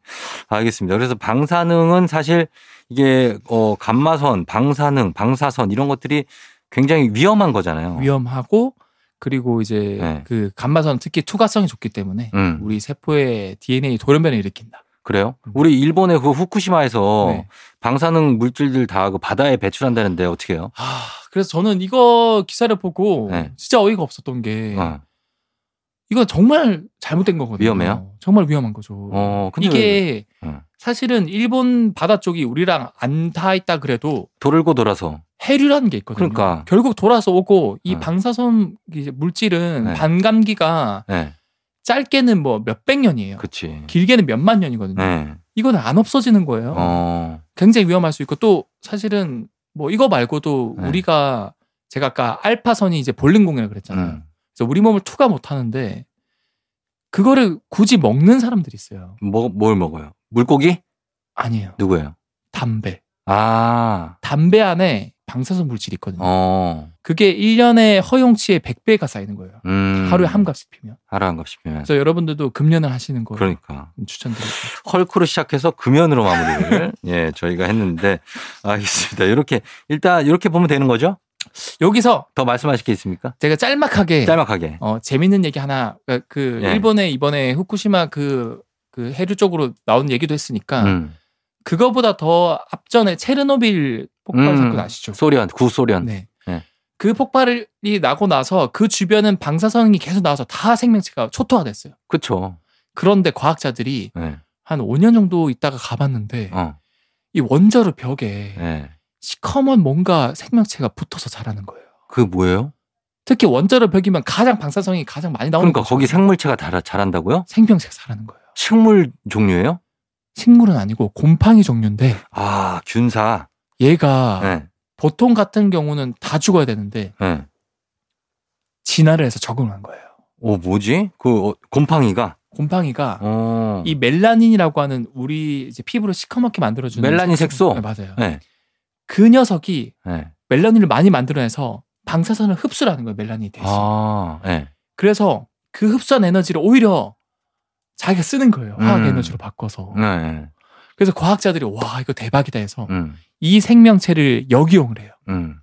[SPEAKER 1] 알겠습니다. 그래서 방사능은 사실 이게 어 감마선, 방사능, 방사선 이런 것들이 굉장히 위험한 거잖아요.
[SPEAKER 2] 위험하고 그리고 이제
[SPEAKER 1] 네.
[SPEAKER 2] 그 감마선 특히 투과성이 좋기 때문에
[SPEAKER 1] 음
[SPEAKER 2] 우리 세포의 DNA 돌연변을 일으킨다.
[SPEAKER 1] 그래요?
[SPEAKER 2] 음.
[SPEAKER 1] 우리 일본의 그 후쿠시마에서
[SPEAKER 2] 네.
[SPEAKER 1] 방사능 물질들 다 그 바다에 배출한다는데 어떻게 해요?
[SPEAKER 2] 아, 그래서 저는 이거 기사를 보고
[SPEAKER 1] 네.
[SPEAKER 2] 진짜 어이가 없었던 게
[SPEAKER 1] 어.
[SPEAKER 2] 이건 정말 잘못된 거거든요.
[SPEAKER 1] 위험해요?
[SPEAKER 2] 정말 위험한 거죠.
[SPEAKER 1] 어, 근데 왜
[SPEAKER 2] 이게
[SPEAKER 1] 응.
[SPEAKER 2] 사실은 일본 바다 쪽이 우리랑 안 닿아 있다 그래도
[SPEAKER 1] 돌고 돌아서
[SPEAKER 2] 해류라는 게 있거든요.
[SPEAKER 1] 그러니까.
[SPEAKER 2] 결국 돌아서 오고 이
[SPEAKER 1] 네.
[SPEAKER 2] 방사선 이제 물질은
[SPEAKER 1] 네.
[SPEAKER 2] 반감기가
[SPEAKER 1] 예,
[SPEAKER 2] 짧게는 뭐 몇백 년이에요.
[SPEAKER 1] 그치.
[SPEAKER 2] 길게는 몇만 년이거든요.
[SPEAKER 1] 예.
[SPEAKER 2] 이건 안 없어지는 거예요.
[SPEAKER 1] 어,
[SPEAKER 2] 굉장히 위험할 수 있고 또 사실은 뭐 이거 말고도
[SPEAKER 1] 네.
[SPEAKER 2] 우리가 제가 아까 알파선이 이제 볼륨공이라고 그랬잖아요.
[SPEAKER 1] 음.
[SPEAKER 2] 그래서 우리 몸을 투가 못 하는데 그거를 굳이 먹는 사람들이 있어요.
[SPEAKER 1] 뭐, 뭘 먹어요? 물고기?
[SPEAKER 2] 아니에요.
[SPEAKER 1] 누구예요?
[SPEAKER 2] 담배.
[SPEAKER 1] 아,
[SPEAKER 2] 담배 안에 방사선 물질이 있거든요.
[SPEAKER 1] 어,
[SPEAKER 2] 그게 1년에 허용치의 100배가 쌓이는 거예요.
[SPEAKER 1] 음.
[SPEAKER 2] 하루에 한 갑씩 피면.
[SPEAKER 1] 하루 한 값씩 피면.
[SPEAKER 2] 그래서 여러분들도 금연을 하시는 거
[SPEAKER 1] 그러니까.
[SPEAKER 2] 추천드립니다.
[SPEAKER 1] 헐크로 시작해서 금연으로 마무리를 예 저희가 했는데 알겠습니다. 이렇게 일단 이렇게 보면 되는 거죠?
[SPEAKER 2] 여기서
[SPEAKER 1] 더 말씀하실 게 있습니까?
[SPEAKER 2] 제가 짤막하게
[SPEAKER 1] 짤막하게.
[SPEAKER 2] 어, 재밌는 얘기 하나. 그러니까 그
[SPEAKER 1] 예.
[SPEAKER 2] 일본의 이번에 후쿠시마 그, 그 해류 쪽으로 나온 얘기도 했으니까
[SPEAKER 1] 음.
[SPEAKER 2] 그거보다 더 앞전에 체르노빌 폭발
[SPEAKER 1] 음.
[SPEAKER 2] 사건 아시죠?
[SPEAKER 1] 소련 구소련.
[SPEAKER 2] 네.
[SPEAKER 1] 예.
[SPEAKER 2] 그 폭발이 나고 나서 그 주변은 방사선이 계속 나와서 다 생명체가 초토화됐어요.
[SPEAKER 1] 그쵸.
[SPEAKER 2] 그런데 과학자들이
[SPEAKER 1] 예.
[SPEAKER 2] 한 5년 정도 있다가 가봤는데
[SPEAKER 1] 어.
[SPEAKER 2] 이 원자로 벽에
[SPEAKER 1] 예.
[SPEAKER 2] 시커먼 뭔가 생명체가 붙어서 자라는 거예요.
[SPEAKER 1] 그 뭐예요?
[SPEAKER 2] 특히 원자로 벽이면 가장 방사성이 가장 많이 나오는
[SPEAKER 1] 그러니까
[SPEAKER 2] 거죠.
[SPEAKER 1] 거기 생물체가 달 자란다고요?
[SPEAKER 2] 생명체가 자라는 거예요.
[SPEAKER 1] 식물 종류예요?
[SPEAKER 2] 식물은 아니고 곰팡이 종류인데
[SPEAKER 1] 아 균사.
[SPEAKER 2] 얘가
[SPEAKER 1] 예.
[SPEAKER 2] 보통 같은 경우는 다 죽어야 되는데
[SPEAKER 1] 예.
[SPEAKER 2] 진화를 해서 적응한 거예요.
[SPEAKER 1] 오 뭐지? 그 어, 곰팡이가.
[SPEAKER 2] 곰팡이가
[SPEAKER 1] 어.
[SPEAKER 2] 이 멜라닌이라고 하는 우리 이제 피부를 시커멓게 만들어주는
[SPEAKER 1] 멜라닌 색소?
[SPEAKER 2] 네, 맞아요.
[SPEAKER 1] 예.
[SPEAKER 2] 그 녀석이
[SPEAKER 1] 예.
[SPEAKER 2] 멜라닌을 많이 만들어내서 방사선을 흡수하는 를 거예요. 멜라닌이 대신.
[SPEAKER 1] 아. 예.
[SPEAKER 2] 그래서 그 흡수한 에너지를 오히려 자기가 쓰는 거예요. 화학
[SPEAKER 1] 음.
[SPEAKER 2] 에너지로 바꿔서.
[SPEAKER 1] 네. 예.
[SPEAKER 2] 그래서 과학자들이 와 이거 대박이다 해서
[SPEAKER 1] 음.
[SPEAKER 2] 이 생명체를 역이용을 해요.
[SPEAKER 1] 음.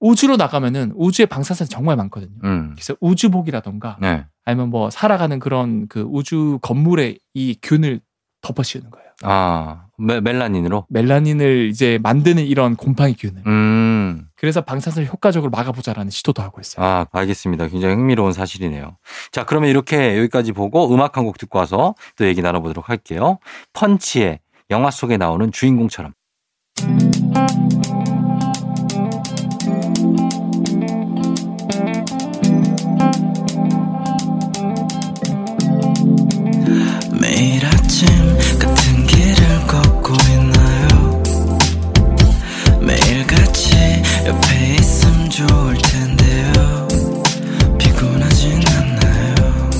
[SPEAKER 2] 우주로 나가면은 우주에 방사선이 정말 많거든요.
[SPEAKER 1] 음.
[SPEAKER 2] 그래서 우주복이라던가
[SPEAKER 1] 네.
[SPEAKER 2] 아니면 뭐 살아가는 그런 그 우주 건물에 이 균을 덮어씌우는 거예요.
[SPEAKER 1] 아 멜- 멜라닌으로.
[SPEAKER 2] 멜라닌을 이제 만드는 이런 곰팡이 균을.
[SPEAKER 1] 음.
[SPEAKER 2] 그래서 방사선을 효과적으로 막아보자라는 시도도 하고 있어요.
[SPEAKER 1] 아, 알겠습니다. 굉장히 흥미로운 사실이네요. 자, 그러면 이렇게 여기까지 보고 음악 한 곡 듣고 와서 또 얘기 나눠보도록 할게요. 펀치의 영화 속에 나오는 주인공처럼.
[SPEAKER 4] 매일 아침 같은 길을 걷고 있나요 매일 같이 옆에 있음 좋을 텐데요 피곤하진 않나요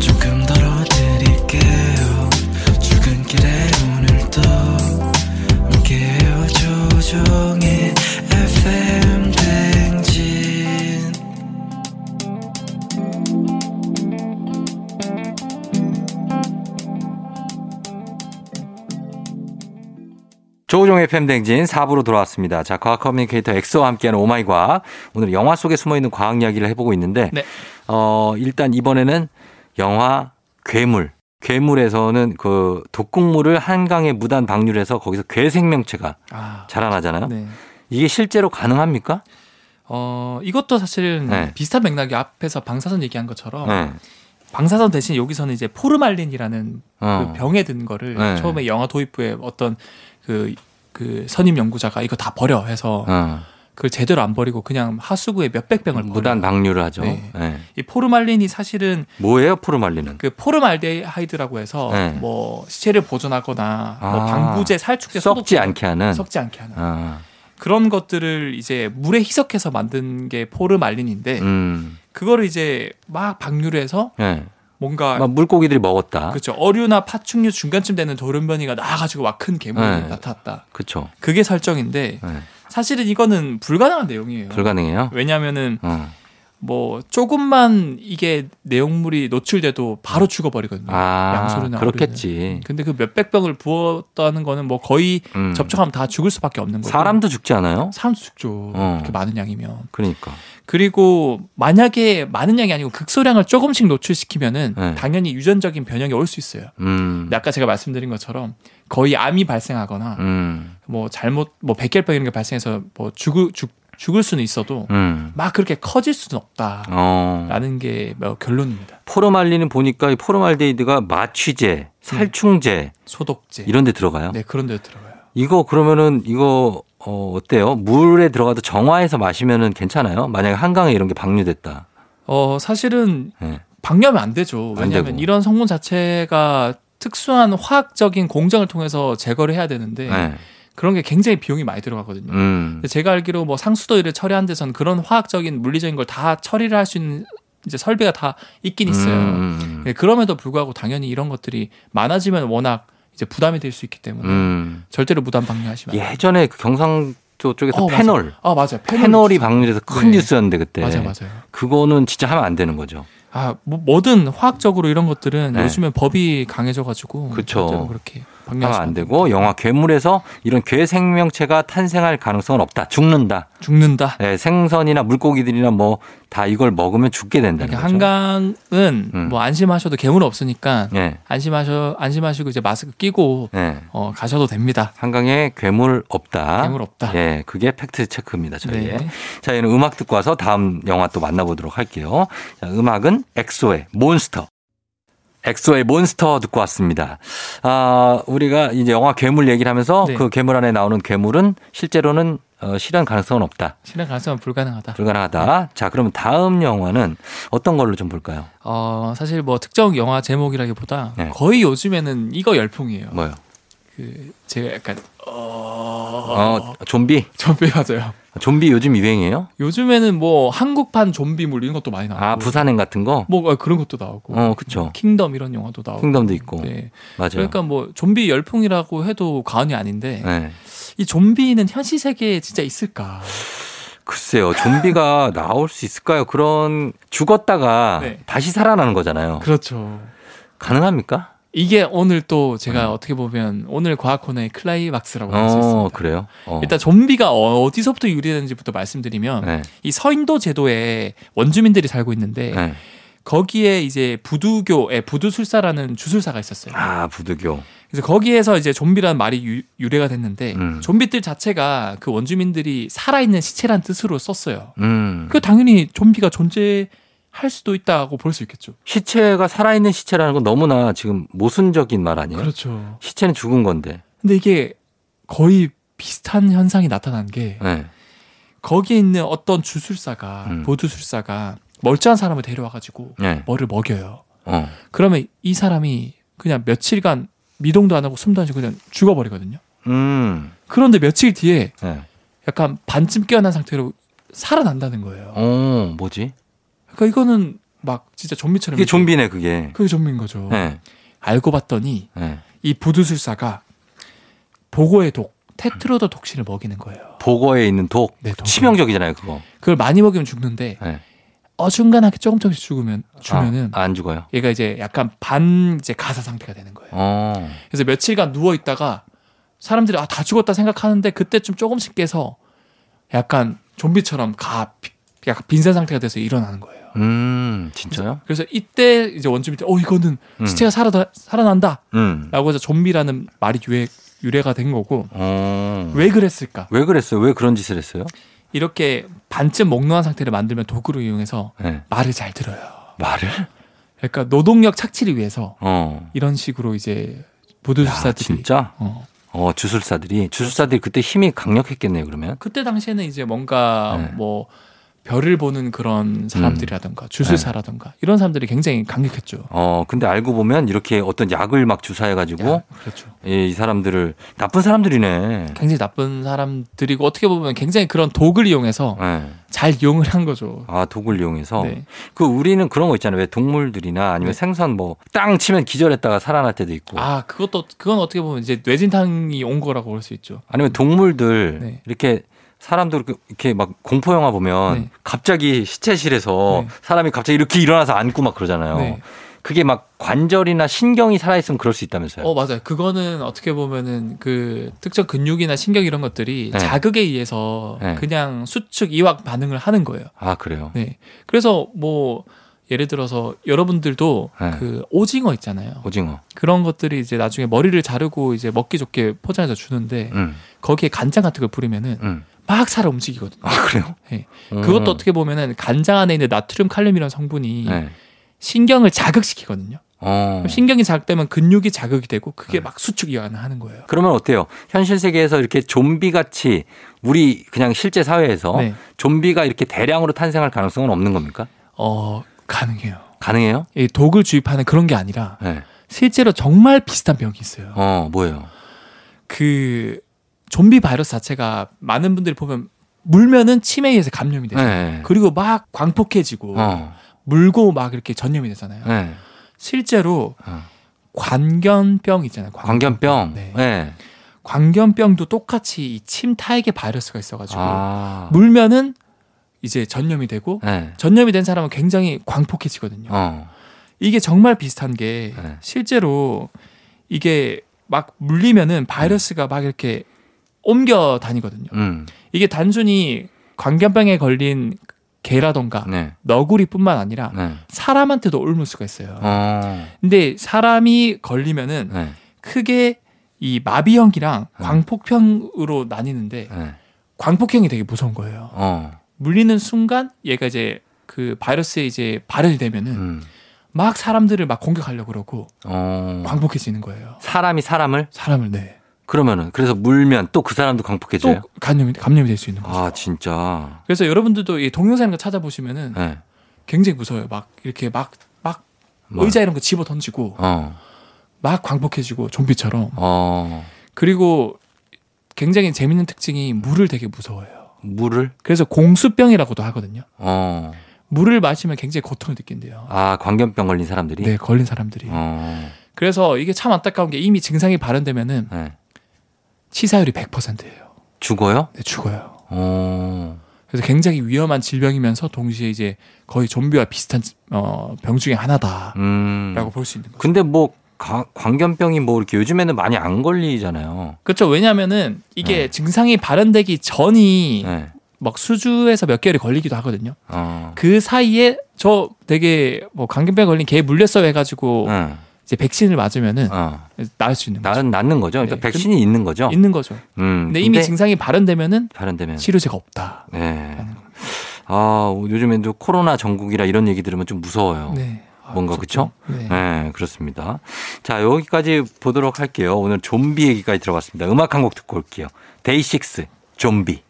[SPEAKER 4] 조금 덜어드릴게요 출근길에 오늘도 함께해요 조종의 FM 댕진
[SPEAKER 1] 조우종의 팬댕진 4부로 돌아왔습니다. 자, 과학 커뮤니케이터 엑소와 함께하는 오마이과학. 오늘 영화 속에 숨어있는 과학 이야기를 해보고 있는데,
[SPEAKER 2] 네.
[SPEAKER 1] 어, 일단 이번에는 영화 괴물. 괴물에서는 그 독극물을 한강에 무단 방류해서 거기서 괴 생명체가
[SPEAKER 2] 아,
[SPEAKER 1] 자라나잖아요.
[SPEAKER 2] 네.
[SPEAKER 1] 이게 실제로 가능합니까?
[SPEAKER 2] 어, 이것도 사실은
[SPEAKER 1] 네.
[SPEAKER 2] 비슷한 맥락이 앞에서 방사선 얘기한 것처럼
[SPEAKER 1] 네.
[SPEAKER 2] 방사선 대신 여기서는 이제 포르말린이라는
[SPEAKER 1] 어.
[SPEAKER 2] 그 병에 든 거를
[SPEAKER 1] 네.
[SPEAKER 2] 처음에 영화 도입 후에 어떤 그, 그 선임 연구자가 이거 다 버려 해서
[SPEAKER 1] 어.
[SPEAKER 2] 그걸 제대로 안 버리고 그냥 하수구에 몇백 병을 버려요.
[SPEAKER 1] 무단 방류를 하죠.
[SPEAKER 2] 네.
[SPEAKER 1] 네.
[SPEAKER 2] 이 포르말린이 사실은
[SPEAKER 1] 뭐예요 포르말린은?
[SPEAKER 2] 그 포르말데하이드라고 해서
[SPEAKER 1] 네.
[SPEAKER 2] 뭐 시체를 보존하거나 뭐
[SPEAKER 1] 아.
[SPEAKER 2] 방부제, 살충제,
[SPEAKER 1] 썩지
[SPEAKER 2] 소독제
[SPEAKER 1] 않게 하는.
[SPEAKER 2] 섞지 않게 하는
[SPEAKER 1] 아,
[SPEAKER 2] 그런 것들을 이제 물에 희석해서 만든 게 포르말린인데
[SPEAKER 1] 음,
[SPEAKER 2] 그거를 이제 막 방류를 해서
[SPEAKER 1] 예.
[SPEAKER 2] 뭔가
[SPEAKER 1] 막 물고기들이 먹었다.
[SPEAKER 2] 아. 그렇죠. 어류나 파충류 중간쯤 되는 돌연변이가 나와가지고 막 큰 괴물이
[SPEAKER 1] 네.
[SPEAKER 2] 나타났다.
[SPEAKER 1] 그렇죠.
[SPEAKER 2] 그게 설정인데
[SPEAKER 1] 예.
[SPEAKER 2] 사실은 이거는 불가능한 내용이에요.
[SPEAKER 1] 불가능해요.
[SPEAKER 2] 왜냐하면은
[SPEAKER 1] 어.
[SPEAKER 2] 뭐 조금만 이게 내용물이 노출돼도 바로 죽어버리거든요.
[SPEAKER 1] 아,
[SPEAKER 2] 양손이나
[SPEAKER 1] 그렇겠지.
[SPEAKER 2] 근데 그 몇백 병을 부었다는 거는 뭐 거의
[SPEAKER 1] 음.
[SPEAKER 2] 접촉하면 다 죽을 수밖에 없는 거고.
[SPEAKER 1] 사람도 죽지 않아요?
[SPEAKER 2] 사람 죽죠.
[SPEAKER 1] 어.
[SPEAKER 2] 그렇게 많은 양이면.
[SPEAKER 1] 그러니까.
[SPEAKER 2] 그리고 만약에 많은 양이 아니고 극소량을 조금씩 노출시키면은
[SPEAKER 1] 네.
[SPEAKER 2] 당연히 유전적인 변형이 올 수 있어요.
[SPEAKER 1] 음.
[SPEAKER 2] 근데 아까 제가 말씀드린 것처럼 거의 암이 발생하거나
[SPEAKER 1] 음.
[SPEAKER 2] 뭐 잘못 뭐 백혈병 이런 게 발생해서 뭐 죽을 죽, 죽을 수는 있어도
[SPEAKER 1] 음.
[SPEAKER 2] 막 그렇게 커질 수는 없다라는
[SPEAKER 1] 어.
[SPEAKER 2] 게뭐 결론입니다.
[SPEAKER 1] 포르말린은 보니까 이 포르말데이드가 마취제, 살충제
[SPEAKER 2] 소독제
[SPEAKER 1] 이런 데 들어가요.
[SPEAKER 2] 네 그런 데 들어가요.
[SPEAKER 1] 이거 그러면은 이거 어, 어때요? 물에 들어가도 정화해서 마시면은 괜찮아요? 만약에 한강에 이런 게 방류됐다.
[SPEAKER 2] 어 사실은
[SPEAKER 1] 네.
[SPEAKER 2] 방류하면 안 되죠.
[SPEAKER 1] 안
[SPEAKER 2] 왜냐하면
[SPEAKER 1] 되고.
[SPEAKER 2] 이런 성분 자체가 특수한 화학적인 공정을 통해서 제거를 해야 되는데
[SPEAKER 1] 네.
[SPEAKER 2] 그런 게 굉장히 비용이 많이 들어가거든요.
[SPEAKER 1] 음.
[SPEAKER 2] 근데 제가 알기로 뭐 상수도 일을 처리한 데선 그런 화학적인 물리적인 걸 다 처리를 할 수 있는 이제 설비가 다 예, 있긴 있어요.
[SPEAKER 1] 음, 음,
[SPEAKER 2] 예, 그럼에도 불구하고 당연히 이런 것들이 많아지면 워낙 이제 부담이 될 수 있기 때문에
[SPEAKER 1] 음.
[SPEAKER 2] 절대로 무단 방류하시면 안 돼요.
[SPEAKER 1] 예전에 그 경상도 쪽에서
[SPEAKER 2] 어, 맞아요.
[SPEAKER 1] 패널,
[SPEAKER 2] 아 맞아요. 페놀이
[SPEAKER 1] 패널이
[SPEAKER 2] 있어요.
[SPEAKER 1] 방류돼서 큰
[SPEAKER 2] 네.
[SPEAKER 1] 뉴스였는데 그때.
[SPEAKER 2] 맞아요, 맞아요.
[SPEAKER 1] 그거는 진짜 하면 안 되는 거죠.
[SPEAKER 2] 아, 뭐, 뭐든 화학적으로 이런 것들은
[SPEAKER 1] 네.
[SPEAKER 2] 요즘에 법이 강해져가지고
[SPEAKER 1] 그쵸.
[SPEAKER 2] 절대로 그렇게
[SPEAKER 1] 하면
[SPEAKER 2] 방류하시면
[SPEAKER 1] 안 되고 영화 괴물에서 이런 괴 생명체가 탄생할 가능성은 없다. 죽는다.
[SPEAKER 2] 죽는다.
[SPEAKER 1] 네, 생선이나 물고기들이나 뭐 다 이걸 먹으면 죽게 된다는
[SPEAKER 2] 그러니까
[SPEAKER 1] 거죠.
[SPEAKER 2] 한강은
[SPEAKER 1] 음.
[SPEAKER 2] 뭐 안심하셔도 괴물 없으니까
[SPEAKER 1] 예.
[SPEAKER 2] 안심하셔 안심하시고 이제 마스크 끼고
[SPEAKER 1] 예.
[SPEAKER 2] 어, 가셔도 됩니다.
[SPEAKER 1] 한강에 괴물 없다.
[SPEAKER 2] 괴물 없다.
[SPEAKER 1] 예, 그게 팩트 체크입니다, 저희의.
[SPEAKER 2] 아. 네.
[SPEAKER 1] 자, 얘는 음악 듣고 와서 다음 영화 또 만나보도록 할게요. 자, 음악은 엑소의 몬스터. 엑소의 몬스터 듣고 왔습니다. 아, 우리가 이제 영화 괴물 얘기를 하면서
[SPEAKER 2] 네.
[SPEAKER 1] 그 괴물 안에 나오는 괴물은 실제로는 어, 실현 가능성은 없다.
[SPEAKER 2] 실행 가능성은 불가능하다.
[SPEAKER 1] 불가능하다. 자, 그럼 다음 영화는 어떤 걸로 좀 볼까요?
[SPEAKER 2] 어, 사실 뭐 특정 영화 제목이라기보다
[SPEAKER 1] 네.
[SPEAKER 2] 거의 요즘에는 이거 열풍이에요.
[SPEAKER 1] 뭐요?
[SPEAKER 2] 그 제가 약간
[SPEAKER 1] 어, 좀비?
[SPEAKER 2] 좀비 맞아요.
[SPEAKER 1] 좀비 요즘 유행이에요?
[SPEAKER 2] 요즘에는 뭐 한국판 좀비물 이런 것도 많이 나오고
[SPEAKER 1] 아, 부산행 같은 거?
[SPEAKER 2] 뭐 그런 것도 나오고
[SPEAKER 1] 어, 그쵸.
[SPEAKER 2] 킹덤 이런 영화도 나오고
[SPEAKER 1] 킹덤도 있고.
[SPEAKER 2] 네.
[SPEAKER 1] 맞아요.
[SPEAKER 2] 그러니까 뭐 좀비 열풍이라고 해도 과언이 아닌데
[SPEAKER 1] 네.
[SPEAKER 2] 이 좀비는 현실 세계에 진짜 있을까?
[SPEAKER 1] 글쎄요, 좀비가 나올 수 있을까요? 그런 죽었다가
[SPEAKER 2] 네.
[SPEAKER 1] 다시 살아나는 거잖아요.
[SPEAKER 2] 그렇죠.
[SPEAKER 1] 가능합니까?
[SPEAKER 2] 이게 오늘 또 제가
[SPEAKER 1] 음.
[SPEAKER 2] 어떻게 보면 오늘 과학 코너의 클라이막스라고 할 수
[SPEAKER 1] 어,
[SPEAKER 2] 있습니다.
[SPEAKER 1] 그래요. 어.
[SPEAKER 2] 일단 좀비가 어디서부터 유래되는지부터 말씀드리면
[SPEAKER 1] 네,
[SPEAKER 2] 이 서인도 제도에 원주민들이 살고 있는데
[SPEAKER 1] 네.
[SPEAKER 2] 거기에 이제 부두교의 부두술사라는 주술사가 있었어요.
[SPEAKER 1] 아, 부두교.
[SPEAKER 2] 그래서 거기에서 이제 좀비라는 말이 유, 래가 됐는데
[SPEAKER 1] 음.
[SPEAKER 2] 좀비들 자체가 그 원주민들이 살아있는 시체란 뜻으로 썼어요.
[SPEAKER 1] 음.
[SPEAKER 2] 그 당연히 좀비가 존재할 수도 있다고 볼 수 있겠죠.
[SPEAKER 1] 시체가 살아있는 시체라는 건 너무나 지금 모순적인 말 아니에요?
[SPEAKER 2] 그렇죠.
[SPEAKER 1] 시체는 죽은 건데.
[SPEAKER 2] 근데 이게 거의 비슷한 현상이 나타난 게
[SPEAKER 1] 네.
[SPEAKER 2] 거기에 있는 어떤 주술사가
[SPEAKER 1] 음.
[SPEAKER 2] 보두술사가 멀쩡한 사람을 데려와가지고
[SPEAKER 1] 네.
[SPEAKER 2] 뭐를 먹여요.
[SPEAKER 1] 어.
[SPEAKER 2] 그러면 이 사람이 그냥 며칠간 미동도 안 하고 숨도 안 쉬고 그냥 죽어버리거든요.
[SPEAKER 1] 음.
[SPEAKER 2] 그런데 며칠 뒤에
[SPEAKER 1] 네.
[SPEAKER 2] 약간 반쯤 깨어난 상태로 살아난다는 거예요.
[SPEAKER 1] 어, 뭐지?
[SPEAKER 2] 그러니까 이거는 막 진짜 좀비처럼
[SPEAKER 1] 이게 좀비네, 그게.
[SPEAKER 2] 그러니까. 그게 좀비인 거죠.
[SPEAKER 1] 네.
[SPEAKER 2] 알고 봤더니
[SPEAKER 1] 네.
[SPEAKER 2] 이 부두술사가 보고의 독 테트로더 독신을 먹이는 거예요.
[SPEAKER 1] 보거에 있는 독.
[SPEAKER 2] 네, 독.
[SPEAKER 1] 치명적이잖아요, 그거.
[SPEAKER 2] 그걸 많이 먹이면 죽는데
[SPEAKER 1] 네.
[SPEAKER 2] 어중간하게 조금 조금씩 죽으면 죽으면은
[SPEAKER 1] 아, 안 죽어요.
[SPEAKER 2] 얘가 이제 약간 반 이제 가사 상태가 되는 거예요.
[SPEAKER 1] 어.
[SPEAKER 2] 그래서 며칠간 누워 있다가 사람들이 아 다 죽었다 생각하는데 그때쯤 조금씩 깨서 약간 좀비처럼 가 비- 약간 빈센 상태가 돼서 일어나는 거예요.
[SPEAKER 1] 음, 진짜요?
[SPEAKER 2] 그래서 이때 이제 원주민들 어 이거는
[SPEAKER 1] 음.
[SPEAKER 2] 시체가 살아 살아난다라고
[SPEAKER 1] 음.
[SPEAKER 2] 해서 좀비라는 말이 유해 유래가 된 거고
[SPEAKER 1] 어.
[SPEAKER 2] 왜 그랬을까?
[SPEAKER 1] 왜 그랬어요? 왜 그런 짓을 했어요?
[SPEAKER 2] 이렇게 반쯤 몽롱한 상태를 만들면 도구를 이용해서
[SPEAKER 1] 네.
[SPEAKER 2] 말을 잘 들어요.
[SPEAKER 1] 말을?
[SPEAKER 2] 그러니까 노동력 착취를 위해서
[SPEAKER 1] 어.
[SPEAKER 2] 이런 식으로 이제
[SPEAKER 1] 야,
[SPEAKER 2] 보도주사들이
[SPEAKER 1] 진짜?
[SPEAKER 2] 어.
[SPEAKER 1] 어, 주술사들이. 주술사들이 그때 힘이 강력했겠네요, 그러면.
[SPEAKER 2] 그때 당시에는 이제 뭔가
[SPEAKER 1] 네.
[SPEAKER 2] 뭐 별을 보는 그런
[SPEAKER 1] 음.
[SPEAKER 2] 사람들이라든가 주술사라든가 이런 사람들이 굉장히 강력했죠.
[SPEAKER 1] 어, 근데 알고 보면 이렇게 어떤 약을 막 주사해가지고 예,
[SPEAKER 2] 야, 그렇죠.
[SPEAKER 1] 이, 이 사람들을 나쁜 사람들이네.
[SPEAKER 2] 굉장히 나쁜 사람들이고 어떻게 보면 굉장히 그런 독을 이용해서
[SPEAKER 1] 예.
[SPEAKER 2] 잘 이용을 한 거죠.
[SPEAKER 1] 아, 독을 이용해서.
[SPEAKER 2] 네.
[SPEAKER 1] 그 우리는 그런 거 있잖아요. 왜 동물들이나 아니면
[SPEAKER 2] 네.
[SPEAKER 1] 생선 뭐 땅 치면 기절했다가 살아날 때도 있고.
[SPEAKER 2] 아 그것도 그건 어떻게 보면 이제 뇌진탕이 온 거라고 볼 수 있죠.
[SPEAKER 1] 아니면 동물들
[SPEAKER 2] 네.
[SPEAKER 1] 이렇게 사람들 그- 이렇게 막 공포 영화 보면
[SPEAKER 2] 네.
[SPEAKER 1] 갑자기 시체실에서
[SPEAKER 2] 네.
[SPEAKER 1] 사람이 갑자기 이렇게 일어나서 앉고 막 그러잖아요.
[SPEAKER 2] 네.
[SPEAKER 1] 그게 막 관절이나 신경이 살아있으면 그럴 수 있다면서요.
[SPEAKER 2] 어 맞아요. 그거는 어떻게 보면은 그 특정 근육이나 신경 이런 것들이
[SPEAKER 1] 네.
[SPEAKER 2] 자극에 의해서
[SPEAKER 1] 네.
[SPEAKER 2] 그냥 수축 이완 반응을 하는 거예요.
[SPEAKER 1] 아 그래요.
[SPEAKER 2] 네. 그래서 뭐 예를 들어서 여러분들도
[SPEAKER 1] 네.
[SPEAKER 2] 그 오징어 있잖아요.
[SPEAKER 1] 오징어.
[SPEAKER 2] 그런 것들이 이제 나중에 머리를 자르고 이제 먹기 좋게 포장해서 주는데
[SPEAKER 1] 음,
[SPEAKER 2] 거기에 간장 같은 걸 뿌리면은
[SPEAKER 1] 음.
[SPEAKER 2] 막 살아 움직이거든요.
[SPEAKER 1] 아 그래요.
[SPEAKER 2] 네.
[SPEAKER 1] 음.
[SPEAKER 2] 그것도 어떻게 보면은 간장 안에 있는 나트륨 칼륨이라는 성분이
[SPEAKER 1] 네.
[SPEAKER 2] 신경을 자극시키거든요.
[SPEAKER 1] 어. 네.
[SPEAKER 2] 그럼 신경이 자극되면 근육이 자극이 되고 그게 막 수축 이완을 하는 거예요.
[SPEAKER 1] 그러면 어때요? 현실 세계에서 이렇게 좀비 같이 우리 그냥 실제 사회에서
[SPEAKER 2] 네.
[SPEAKER 1] 좀비가 이렇게 대량으로 탄생할 가능성은 없는 겁니까?
[SPEAKER 2] 어, 가능해요.
[SPEAKER 1] 가능해요?
[SPEAKER 2] 이 독을 주입하는 그런 게 아니라
[SPEAKER 1] 네.
[SPEAKER 2] 실제로 정말 비슷한 병이 있어요.
[SPEAKER 1] 어 뭐예요?
[SPEAKER 2] 그 좀비 바이러스 자체가 많은 분들이 보면 물면은 치매에 의해서 감염이 돼요.
[SPEAKER 1] 네.
[SPEAKER 2] 그리고 막 광폭해지고
[SPEAKER 1] 어.
[SPEAKER 2] 물고 막 이렇게 전염이 되잖아요.
[SPEAKER 1] 네.
[SPEAKER 2] 실제로
[SPEAKER 1] 어.
[SPEAKER 2] 관견병 있잖아요. 관견.
[SPEAKER 1] 광견병.
[SPEAKER 2] 네.
[SPEAKER 1] 네.
[SPEAKER 2] 관견병도 똑같이 이 침타액에 바이러스가 있어가지고
[SPEAKER 1] 아.
[SPEAKER 2] 물면은 이제 전염이 되고
[SPEAKER 1] 네.
[SPEAKER 2] 전염이 된 사람은 굉장히 광폭해지거든요.
[SPEAKER 1] 어.
[SPEAKER 2] 이게 정말 비슷한 게
[SPEAKER 1] 네.
[SPEAKER 2] 실제로 이게 막 물리면은 바이러스가 막 이렇게 옮겨 다니거든요.
[SPEAKER 1] 음.
[SPEAKER 2] 이게 단순히 광견병에 걸린 개라던가
[SPEAKER 1] 네.
[SPEAKER 2] 너구리뿐만 아니라
[SPEAKER 1] 네.
[SPEAKER 2] 사람한테도 옮을 수가 있어요.
[SPEAKER 1] 어.
[SPEAKER 2] 근데 사람이 걸리면은
[SPEAKER 1] 네.
[SPEAKER 2] 크게 이 마비형이랑
[SPEAKER 1] 네.
[SPEAKER 2] 광폭형으로 나뉘는데
[SPEAKER 1] 네.
[SPEAKER 2] 광폭형이 되게 무서운 거예요.
[SPEAKER 1] 어.
[SPEAKER 2] 물리는 순간 얘가 이제 그 바이러스에 이제 발현이 되면은
[SPEAKER 1] 음.
[SPEAKER 2] 막 사람들을 막 공격하려고 그러고
[SPEAKER 1] 어.
[SPEAKER 2] 광폭해지는 거예요.
[SPEAKER 1] 사람이 사람을
[SPEAKER 2] 사람을 네.
[SPEAKER 1] 그러면은 그래서 물면 또 그 사람도
[SPEAKER 2] 또
[SPEAKER 1] 광폭해져요.
[SPEAKER 2] 감염이 감염이 될 수 있는 거죠.
[SPEAKER 1] 아 진짜.
[SPEAKER 2] 그래서 여러분들도 이 동영상 이런 거 찾아보시면은
[SPEAKER 1] 네.
[SPEAKER 2] 굉장히 무서워요. 막 이렇게 막 막
[SPEAKER 1] 뭐.
[SPEAKER 2] 의자 이런 거 집어 던지고
[SPEAKER 1] 어.
[SPEAKER 2] 막 광폭해지고 좀비처럼.
[SPEAKER 1] 어.
[SPEAKER 2] 그리고 굉장히 재밌는 특징이 물을 되게 무서워해요.
[SPEAKER 1] 물을.
[SPEAKER 2] 그래서 공수병이라고도 하거든요.
[SPEAKER 1] 어.
[SPEAKER 2] 물을 마시면 굉장히 고통을 느낀대요.
[SPEAKER 1] 아 광견병 걸린 사람들이.
[SPEAKER 2] 네, 걸린 사람들이.
[SPEAKER 1] 어.
[SPEAKER 2] 그래서 이게 참 안타까운 게 이미 증상이 발현되면은
[SPEAKER 1] 네.
[SPEAKER 2] 치사율이 100%예요.
[SPEAKER 1] 죽어요?
[SPEAKER 2] 네, 죽어요.
[SPEAKER 1] 어.
[SPEAKER 2] 그래서 굉장히 위험한 질병이면서 동시에 이제 거의 좀비와 비슷한 어, 병 중에 하나다라고
[SPEAKER 1] 음.
[SPEAKER 2] 볼 수 있는 거죠.
[SPEAKER 1] 근데 뭐 가- 광견병이 뭐 이렇게 요즘에는 많이 안 걸리잖아요.
[SPEAKER 2] 그렇죠. 왜냐하면은 이게 증상이 발현되기 전이
[SPEAKER 1] 네.
[SPEAKER 2] 막 수주에서 몇 개월이 걸리기도 하거든요.
[SPEAKER 1] 어.
[SPEAKER 2] 그 사이에 저 되게 뭐 감기병 걸린 개 물렸어 해가지고
[SPEAKER 1] 응.
[SPEAKER 2] 이제 백신을 맞으면은
[SPEAKER 1] 어.
[SPEAKER 2] 나을 수 있는 거죠.
[SPEAKER 1] 나는 낫는 거죠. 그러니까
[SPEAKER 2] 네.
[SPEAKER 1] 백신이 있는 거죠.
[SPEAKER 2] 있는 거죠.
[SPEAKER 1] 음.
[SPEAKER 2] 근데 이미
[SPEAKER 1] 근데
[SPEAKER 2] 증상이 발현되면은
[SPEAKER 1] 발현되면.
[SPEAKER 2] 치료제가 없다.
[SPEAKER 1] 네. 아 요즘에 또 코로나 전국이라 이런 얘기 들으면 좀 무서워요.
[SPEAKER 2] 네. 아,
[SPEAKER 1] 어. 뭔가
[SPEAKER 2] 무섭죠. 네.
[SPEAKER 1] 네, 그렇습니다. 자, 여기까지 보도록 할게요. 오늘 좀비 얘기까지 들어봤습니다. 음악 한 곡 듣고 올게요. 데이식스, 좀비.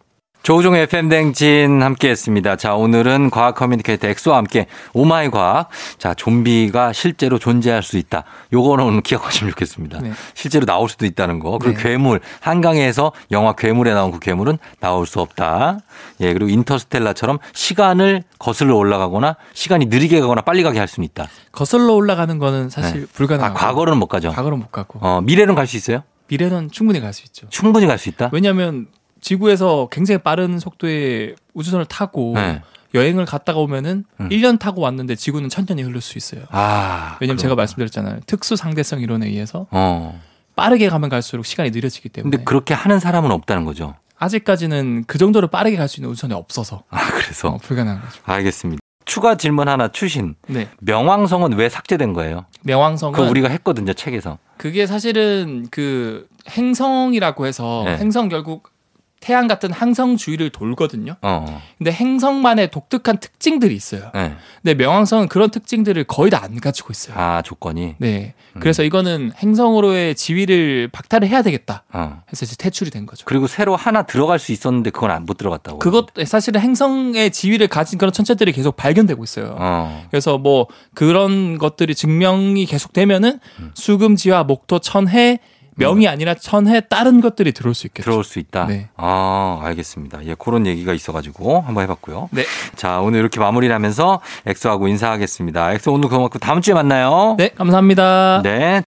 [SPEAKER 1] 조우종 FM 댕진 함께 했습니다. 자, 오늘은 과학 커뮤니케이터 엑소와 함께 오마이 과학. 자, 좀비가 실제로 존재할 수 있다. 요거는 오늘 기억하시면 좋겠습니다.
[SPEAKER 2] 네.
[SPEAKER 1] 실제로 나올 수도 있다는 거. 그리고
[SPEAKER 2] 네.
[SPEAKER 1] 괴물, 한강에서 영화 괴물에 나온 그 괴물은 나올 수 없다. 예, 그리고 인터스텔라처럼 시간을 거슬러 올라가거나 시간이 느리게 가거나 빨리 가게 할 수는 있다.
[SPEAKER 2] 거슬러 올라가는 거는 사실 불가능하고
[SPEAKER 1] 아, 과거로는 못 가죠.
[SPEAKER 2] 어. 과거로 못 가고
[SPEAKER 1] 어, 미래는 갈 수 있어요?
[SPEAKER 2] 미래는 충분히 갈 수 있죠.
[SPEAKER 1] 충분히 갈 수 있다?
[SPEAKER 2] 아. 왜냐하면 지구에서 굉장히 빠른 속도의 우주선을 타고
[SPEAKER 1] 네.
[SPEAKER 2] 여행을 갔다가 오면은
[SPEAKER 1] 음.
[SPEAKER 2] 1년 타고 왔는데 지구는 천 년이 흐를 수 있어요.
[SPEAKER 1] 아. 그럼.
[SPEAKER 2] 왜냐면 제가 말씀드렸잖아요. 특수 상대성 이론에 의해서
[SPEAKER 1] 어.
[SPEAKER 2] 빠르게 가면 갈수록 시간이 느려지기 때문에
[SPEAKER 1] 근데 그렇게 하는 사람은 없다는 거죠.
[SPEAKER 2] 아직까지는 그 정도로 빠르게 갈 수 있는 우선이 없어서
[SPEAKER 1] 아,
[SPEAKER 2] 어,
[SPEAKER 1] 그래서.
[SPEAKER 2] 불가능한 거죠.
[SPEAKER 1] 알겠습니다. 추가 질문 하나 추신.
[SPEAKER 2] 네,
[SPEAKER 1] 명왕성은 왜 삭제된 거예요?
[SPEAKER 2] 명왕성은
[SPEAKER 1] 그거 우리가 했거든요, 책에서.
[SPEAKER 2] 그게 사실은 그 행성이라고 해서
[SPEAKER 1] 네.
[SPEAKER 2] 행성 결국 태양 같은 항성 주위를 돌거든요.
[SPEAKER 1] 어.
[SPEAKER 2] 근데 행성만의 독특한 특징들이 있어요.
[SPEAKER 1] 네.
[SPEAKER 2] 근데 명왕성은 그런 특징들을 거의 다 안 가지고 있어요.
[SPEAKER 1] 아 음. 조건이.
[SPEAKER 2] 네. 그래서 이거는 행성으로의 지위를 박탈을 해야 되겠다.
[SPEAKER 1] 어.
[SPEAKER 2] 해서 이제 퇴출이 된 거죠.
[SPEAKER 1] 그리고 새로 하나 들어갈 수 있었는데 그건 안 못 들어갔다고.
[SPEAKER 2] 그것 사실은 행성의 지위를 가진 그런 천체들이 계속 발견되고 있어요.
[SPEAKER 1] 어.
[SPEAKER 2] 그래서 뭐 그런 것들이 증명이 계속되면은
[SPEAKER 1] 음.
[SPEAKER 2] 수금지와 목토 천해 명이 아니라 천해 다른 것들이 들어올 수 있겠죠.
[SPEAKER 1] 들어올 수 있다.
[SPEAKER 2] 네.
[SPEAKER 1] 아, 알겠습니다. 예, 그런 얘기가 있어가지고 한번 해봤고요.
[SPEAKER 2] 네.
[SPEAKER 1] 자, 오늘 이렇게 마무리를 하면서 엑소하고 인사하겠습니다. 엑소 오늘 고맙고 다음 주에 만나요.
[SPEAKER 2] 네, 감사합니다.
[SPEAKER 1] 네.